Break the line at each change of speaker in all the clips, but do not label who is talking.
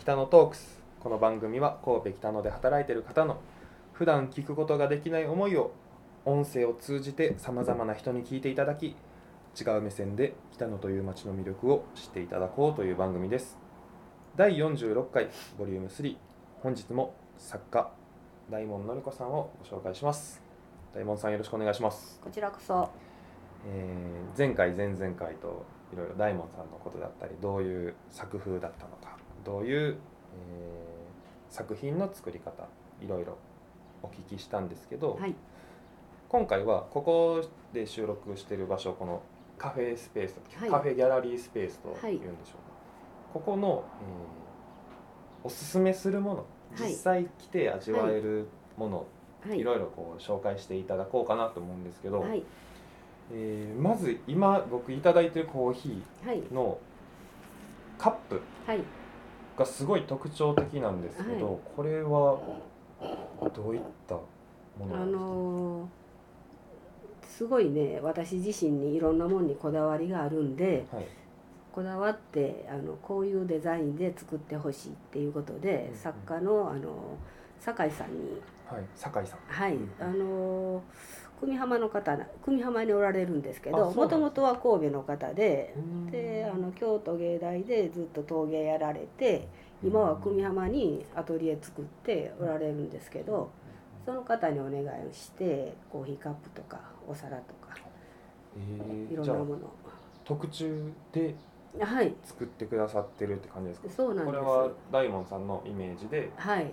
北野トークスこの番組は神戸北野で働いている方の普段聞くことができない思いを音声を通じてさまざまな人に聞いていただき違う目線で北野という街の魅力を知っていただこうという番組です第46回ボリューム3本日も作家大門のりこさんをご紹介します大門さんよろしくお願いします
こちらこそ
えー前回前々回といろいろ大門さんのことだったりどういう作風だったのかどういう、えー作品の作り方いろいろお聞きしたんですけど、
はい
今回はここで収録してる場所このカフェスペースと、
はい
カフェギャラリースペースというんでしょ
はいう
か、ここの、えーおすすめするもの
はい
実際来て味わえるもの、、
はいい
ろいろこう紹介していただこうかなと思うんですけど、
はい
えーまず今僕いただいてるコーヒ
はい
ーのカップ
はい
がすごい特徴的なんですけど、
は
これはどういったもの
あ
なんですか、
のーすごいね私自身にいろんなもんにこだわりがあるんで
はい
こだわってあのこういうデザインで作ってほしいっていうこと
う
で、
んうん
作家のあの酒井さんに
はい酒井さん
はい、
うん
あのー久美浜の方な久美浜におられるんですけど
あそう
も
なん
と
ですね
もとは神戸の方で
うーん
であの京都芸大でずっと陶芸やられて今は久美浜にアトリエ作っておられるんですけどその方にお願いをしてコーヒーカップとかお皿とか
え
い
ー
ろん
じゃ
な
あ
も
特注で
のはい
作ってくださってるって感じですか
そうなん
こ
で
れ
す
は大門さんのイメージで
はい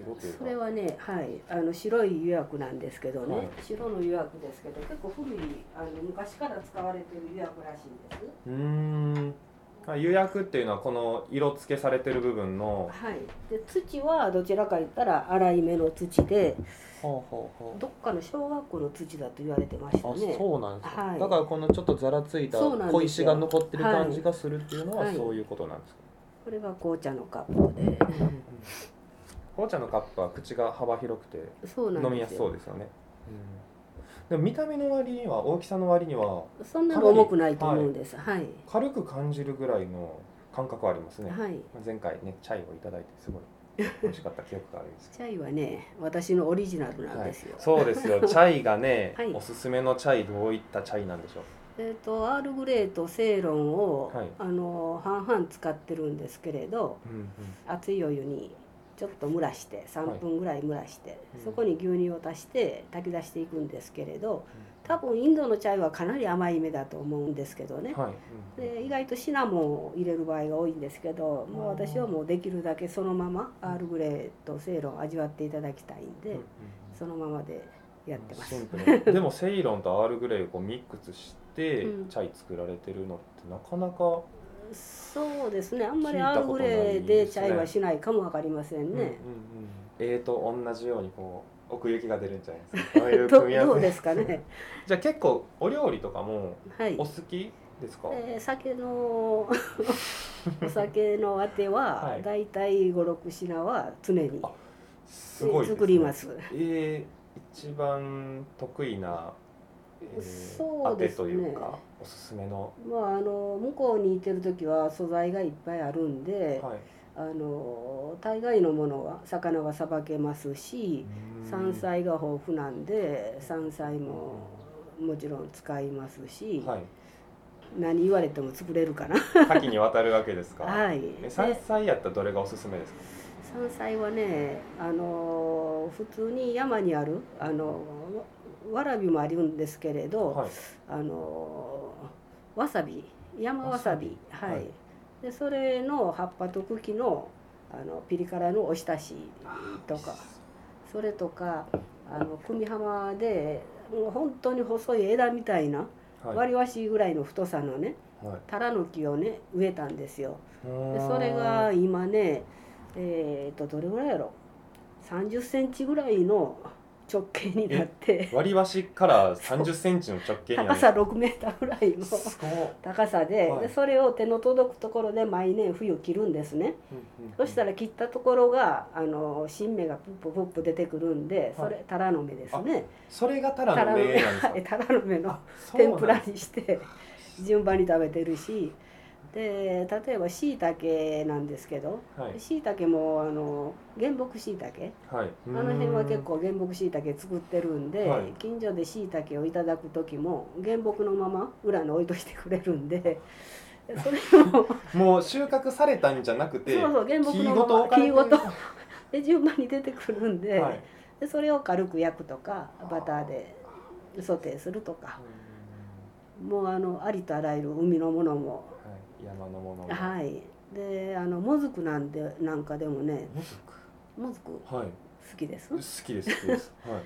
白というか
それはね、はい、あの白い湯薬なんですけどね、
はい
白の湯薬ですけど結構古いあの昔から使われてる湯薬らしいんです
うーんあ釉薬っていうのはこの色付けされてる部分の
はい、で土はどちらか言ったら粗い目の土で
ほうほうほ
どっかの小学校の土だと言われてました
あ
ね
そうなんですか、
はい
だからこのちょっとざらついた
そうなんですよ
小石が残ってる感じがするっていうのは
はい
そういうことなんですか、
これが紅茶のカップで
紅茶のカップは口が幅広くて
そうなんですよ
飲みやすそうですよね、でも見た目の割には大きさの割には
そんなに重くないと思うんですはい
軽く感じるぐらいの感覚はありますね、
はい
前回ねチャイをいただいてすご い美味しかった記憶があるんですけ
チャイはね私のオリジナルなんですよ、
どそうです よチャイがね、
はい
おすすめのチャイどういったチャイなんでしょう
えっ、とアールグレイとセイロンを、
はい
あの半々使ってるんですけれど
うん
熱いお湯にちょっと蒸らして
はい
3分ぐらい蒸らして、
うん
そこに牛乳を足して炊き出していくんですけれど多分インドのチャイはかなり甘い目だと思うんですけどね、
はい、うん
で意外とシナモンを入れる場合が多いんですけどもう私はもうできるだけそのままアールグレイとセイロン味わっていただきたいんで、
うんうん
そのままでやってます
シンプルなでもセイロンとアールグレイをこうミックスして
うん
チャイ作られてるのってなかなか、
そうですねあんまり
聞い
ア
た
ール
こと
グ
ない
レイ
で
ですチ
ね
ャイはしないかもわかりませんね、
うんうんうん、A と同じようにこう奥行きが出るんじゃないです かこういう
ど
組み合
ど
わ
う
せ
ですか ね
じゃあ結構お料理とかも
はい
お、好きですか、
えー酒の お酒のあて
は
はいだいたい56品は常に、
あすごいです、ね、
作ります
えー、一番得意な、え
そうです
あてと
ね
いうかおすすめの、
まああの向こうにいてる時は素材がいっぱいあるんで、
はい、
あの大概のものは魚はさばけますし山菜が豊富なんで山菜ももちろん使いますし、
はい
何言われても作れるかな
多岐にわたるわけですか
はい
え
で
山
山
菜やったらどれがおすすめですか
菜はねあの普通に山にあるあのわわらびもあるんですけれど、
はい
あのわさび山わさび
わさび
はい、
はい
でそれの葉っぱと茎のあのピリ辛のおひたしとかそれとかあの久美浜でもう本当に細い枝みたいな、
はい
割り箸ぐらいの太さのね
はい
タラの木をね植えたんですよで
で
それが今ねえっとどれぐらいやろ3 0センチぐらいの直径になって
割り箸から3 0ンチの直径にある
高さ6メーターぐらいの
すごい、
高さで,、
はい
でそれを手の届くところで毎年冬切るんですね、そした
ら
ら切ったところがあの新芽がプッププップ出てくるんでそれタラの芽ですね
それがタラ
タラ
の
の
名
芽
なんですか
はいタラの芽の
そう
天
なん
ぷ
で
らにして順番に食べてるしで例えばしいたけなんですけど
はい
しいたけもあの原木しいたけ
はい
あの辺は結構原木しいたけ作ってるんで、
はい
近所でしいたけをいただく時も原木のまま裏に置いといてくれるんで それも
もう収穫されたんじゃなくて
そうそう原木
木
の
ごと
まま
置かれて
木
る
ごとで順番に出てくるんで,、
はい
でそれを軽く焼くとかバターでソテーするとかもうあのありとあらゆる海のものも
はい山のものも
はいであのもずくなんでなんかでもね
もずく
もずく好
はい
きです
好きです好きですはい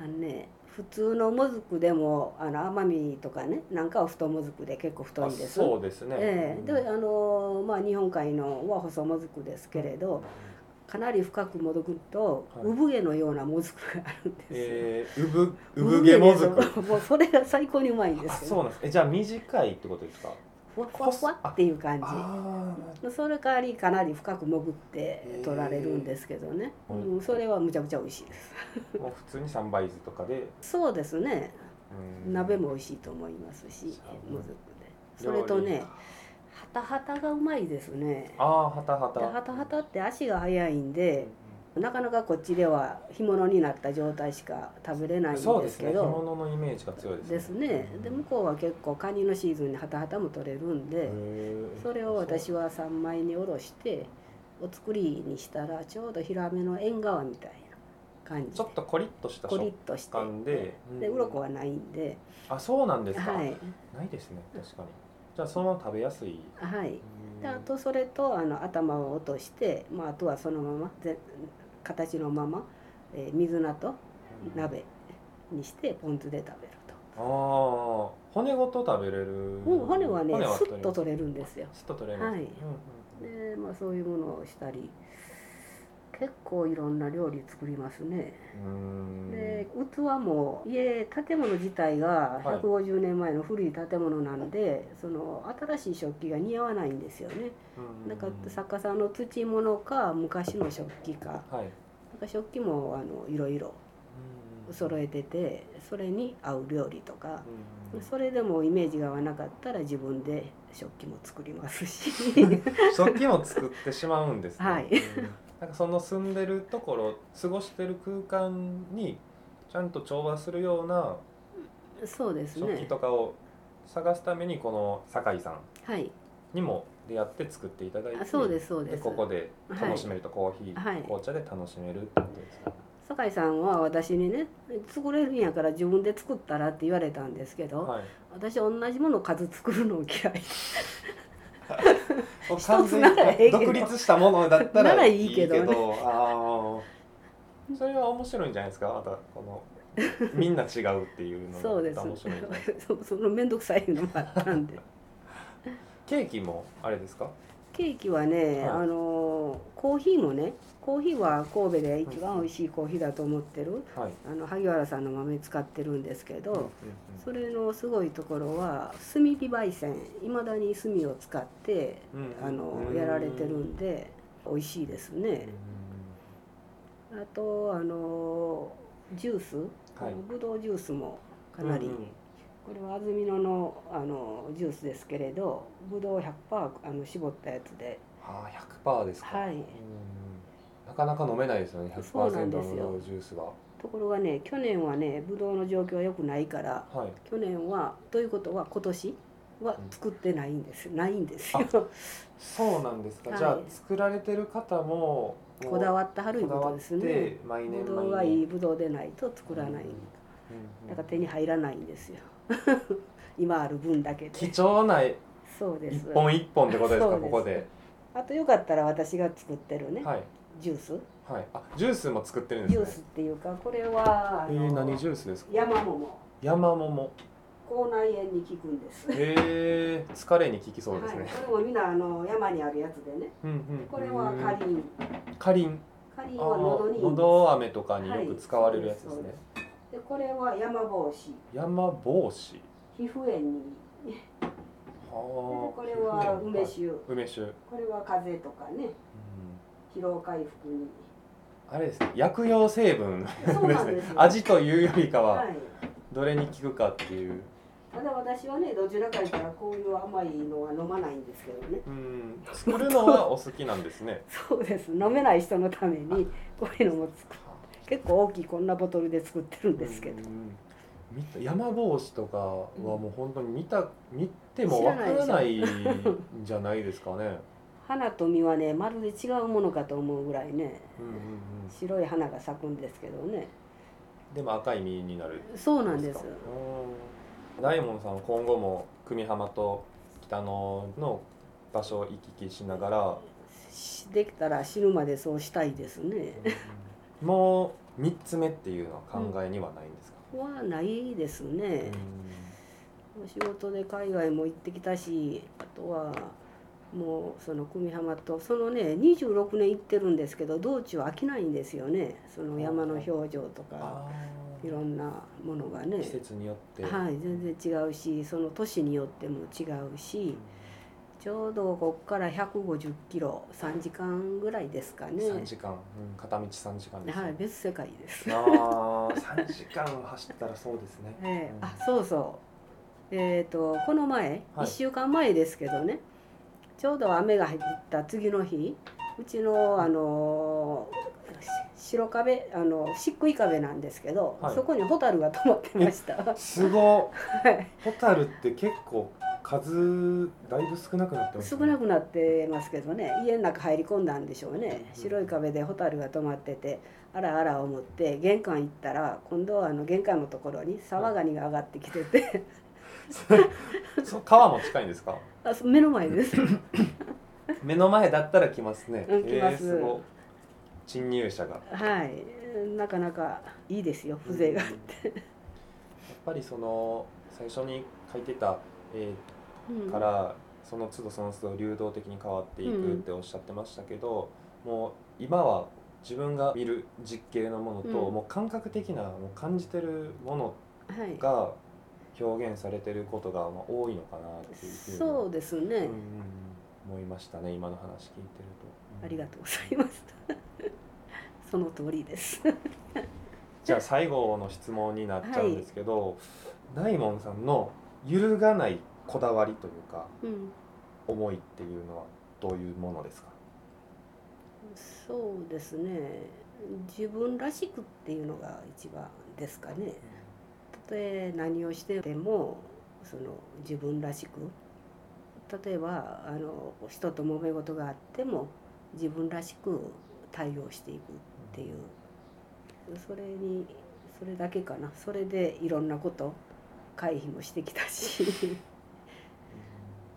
あのね普通のもずくでもあの甘みとかねなんかは太もずくで結構太い
あ
んです
そうですね
ええ
うん
であのまあ日本海のは細もずくですけれどかなり深くもずくと、
はい
産毛のようなもずくがあるんですよ、
えー、うぶ産毛もずく
く もうそれが最高にうまいんで
あ
す
そう
よ、
なんですえじゃあ短いってことですか
ふわふわふわっていう感じ
あ
それ代わりかなり深く潜って取られるんですけどね、
へえ
うん、それはむちゃくちゃ美味しいです
あもう普通に三杯酢とかで、
そうですね
うん
鍋も美味しいと思いますし
そう
もずくでそれと
料理
ねハタハタがうまいですね
ああはたは
で
た
ハタハタって足が速いん
うん
でなかなかこっちでは干物になった状態しか食べれないん
そう
で
ですす
け
ね干
ど
物のイメージが強いですね
ですねで向こうは結構カニのシーズンにハタハタも取れるんでそれを私
は
は三枚におろしてお作りにしたらちょうどヒラメの縁側みたいな感じで
ちょっとコリッとした
コリッ
食
として
感で
で
うん
鱗はないんで
あそうなんですか、
はい
ないですね確かにじゃあそのまま食べやすい
はいであ
うん
とそれとあの頭を落として、まあ、あとはそのままぜ形のまま、えー水菜と鍋にしてポン酢で食べる
ああ骨ごと食べれる
と、もう骨はねスッと取
れ
れるんですよ
スッと取れます、
はい
うんうんうん
で、まあ、そういうものをしたり結構いろんな料理作りますね
うん
で器も家建物自体が
はい
150年前の古い建物なんで、その新しい食器が似合わないんですよね
うん
なんか作家さんの土物か昔の食器か
はい
なんか食器もあのいろいろ揃えててそれに合う料理とか
うん
それでもイメージが合わなかったら自分で食器も作りま すし
食器も作ってしまうんですね、
はい
うんなんかその住んでるところ過ごしてる空間にちゃんと調和するような
そうです
食器
ね
とかを探すためにこの酒井さん
はい
にも出会って作っていただいて
あそうですそう
で
です
ここで楽しめると、コーヒー、
はい
紅茶で楽しめるってことですか、
酒井さんは私にね「作れるんやから自分で作ったら」って言われたんですけど、
はい、
私同じものを数作るの嫌い
お
つならええけど
独立したものだったら
ならいいけどね
ああそれは面白いんじゃないですかまたこのみんな違うっていうの
そうです
が面白いんじゃない
そその面倒くさいのもあったん で
ケーキもあれですか
ケーキはね、
はい
あのコーヒーもねコーヒーは神戸で一番美味しいコーヒーだと思ってる、
はい、
あの萩原さんの豆使ってるんですけど、
うんうん
それのすごいところは炭火焙煎いまだに炭を使って
うん
あの
うん
やられてるんで美味しいですねあとあのジュース、
はい
ぶどうジュースもかなり、
うんうん
これは安曇野のあのジュースですけれどぶどう100%あの絞ったやつで
ああ100%ですか、
は
う
い
んなかなか飲めないですよね
そうなん
100%
で
の
す
ブ
よ
ドウジュースは
ところがね去年はねぶどうの状況は良くないから
はい
去年はということは今年は作ってないんです、ないんですよ
そうなんですか、
はい
じゃあ作られてる方ももう
こだわったはるい
こだ
こ
わ
と
っ
ですね
て毎年
ぶ
毎年
どうがいいぶどうでないと作らない、
うん
だから手に入らないんです よ今ある分だけ
貴
で
重な一
そうです
本一本ってことですか
そうです
ここで
あとよかったら私が作ってるね、
はい
ジュース
はいあジュースも作ってるん
ジュー
で
ス
す
っ
ね
ていうかこれはあ
え
の
ー、何ジュースですか
山桃
山桃
口内炎に効くんです
へえ疲れに効きそうです
はい
ね、、
これもみんなあの山にあるやつでね
うんうん
これはカリン
カリン
カリン
あ
は喉にい
ー
いんで
喉飴とかによく使われるやつですね、
はいそうででこれは山帽子
山帽子
皮膚炎にいいで
は
これは梅酒
梅酒、うん、
これは風邪とかね疲労回復に
あれですね薬用成分
そうなんですよ
味というよりかは
はい
どれに効くかっていう、
ただ私はねどちらか言ったらこういう甘いのは飲まないんですけどね
うん作るのはお好きなんですね
そうです飲めない人のためにこういうのも作結構大きいこんなボトルで作ってるんですけど
うん見た山帽子とかはもう本当に見た見てもわからないんじゃないですかね。
花と実はねまるで違うものかと思うぐらいね
うんうんうん
白い花が咲くんですけどね
でも赤い実になる
そうなんです
かうん大門さんは今後も久美浜と北野の場所を行き来しながら、
しできたら死ぬまでそうしたいですね
もう3つ目っていうのは考えにはないんですか、
はないですねお仕事で海外も行ってきたしあとはもうその久美浜とそのね26年行ってるんですけど道中飽きないんですよねその山の表情とか
あ
いろんなものがね
ー季節によって、
はい全然違うしその都市によっても違うしちょうどこっから150キロ3時間ぐらいですかね
3時間、うん片道3時間ですね、
はい別世界です、
ああ3時間走ったらそうですね。
ええあそうそうえっ、とこの前、
はい
1週間前ですけどねちょうど雨が入った次の日うちのあのし白壁あの漆喰壁なんですけど、
はい
そこにホタルが止まってましたは
すご
い
い。ホタルって結構数だいぶ少なくなってます、
少なくなってますけどね家の中入り込んだんでしょうね白い壁でホタルが止まっててあらあら思って玄関行ったら今度はあの玄関のところに沢ガニが上がってきてて、
そう川も近いんですか。
あそ目の前です
目の前だったら来ますね。
うん来ます
えーすごい侵入者が。やっ
はいなかなかいいですよ風情が、
ぱりその最初に書いてた絵
うん
からその都度その都度流動的に変わっていくっておっしゃってましたけど、もう今は自分が見る実景のものと、
うん
もう感覚的なもう感じてるもの
はい
が表現されてることがまあ多いのかなっていうふうに
そうですね、
うんうんうん思いましたね今の話聞いてると、うん
ありがとうございます その通りです
じゃあ最後の質問になっちゃうんですけど、大門さんの揺るがないこだわりというか
うん
思いっていうのはどういうものですか、
そうですね自分らしくっていうのが一番ですかねたとえ何をしてでもその自分らしく例えばあの人と揉め事があっても自分らしく対応していくっていうそれにそれだけかなそれでいろんなこと回避もしてきた し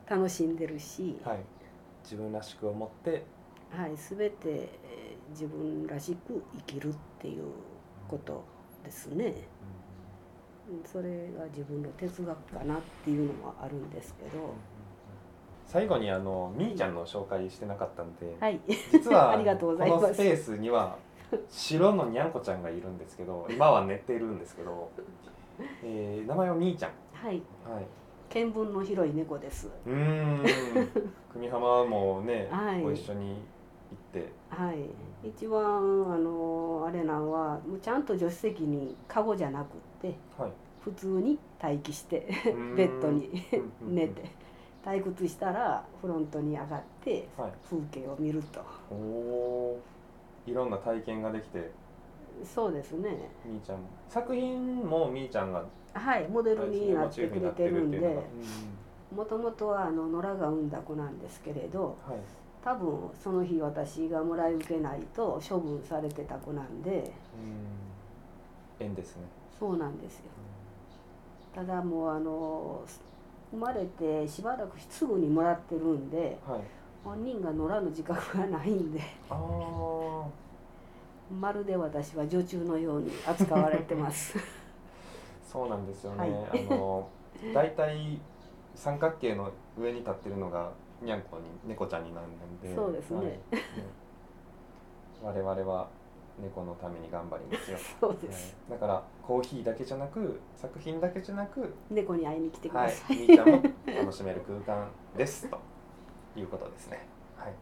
楽しんでるし、
はい、自分らしく思って
はい、全てえー自分らしく生きるっていうことですね。うんそれが自分の哲学かなっていうのもあるんですけど、
最後にあのみーちゃんの紹介してなかったんで、
はい、
実は
ありがとうございます
このスペースには白のにゃんこちゃんがいるんですけ ど今は寝てるんですけど、えー名前はみーちゃ
はい、
んはい
見聞の広い猫です。
うーん 久美浜もね、
はい
ご一緒に行って
はい、一番あのあれなんはもうちゃんと助手席にカゴじゃなくって
はい
普通に待機して
うーん
ベッドに
うんうんうん
寝て退屈したらフロントに上がって
はい
風景を見ると、
おおーいろんな体験ができて
そうですね。
みーちゃんも作品もみーちゃんが
はい、モデルにな
モ
っ
チー
て
フ
く
にな
れ
って
てる
るっ
ん
てい
で
うのが、
もともとはあの野良が産んだ子なんですけれど、
うんはい
多分その日私がもらい受けないと処分されてた子なんで
うん縁ですね
そうなんですよただもうあの生まれてしばらくすぐにもらってるんで
はい
本人が野良の自覚がないんで
ああ
まるで私は女中のように扱われてます
そうなんですよね、
はい
あの大体三角形の上に立ってるのがにゃんこに猫ちゃんになるんで
そうですね
はいうん我々は猫のために頑張りますよ、
そうです
はいだからコーヒーだけじゃなく作品だけじゃなく
猫に会いに来てくだ
は
さ
い
い、
みーちゃんも楽しめる空間ですということですね、はい、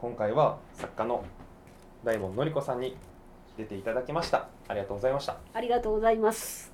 今回は作家の大門のりこさんに出ていただきましたありがとうございました
ありがとうございます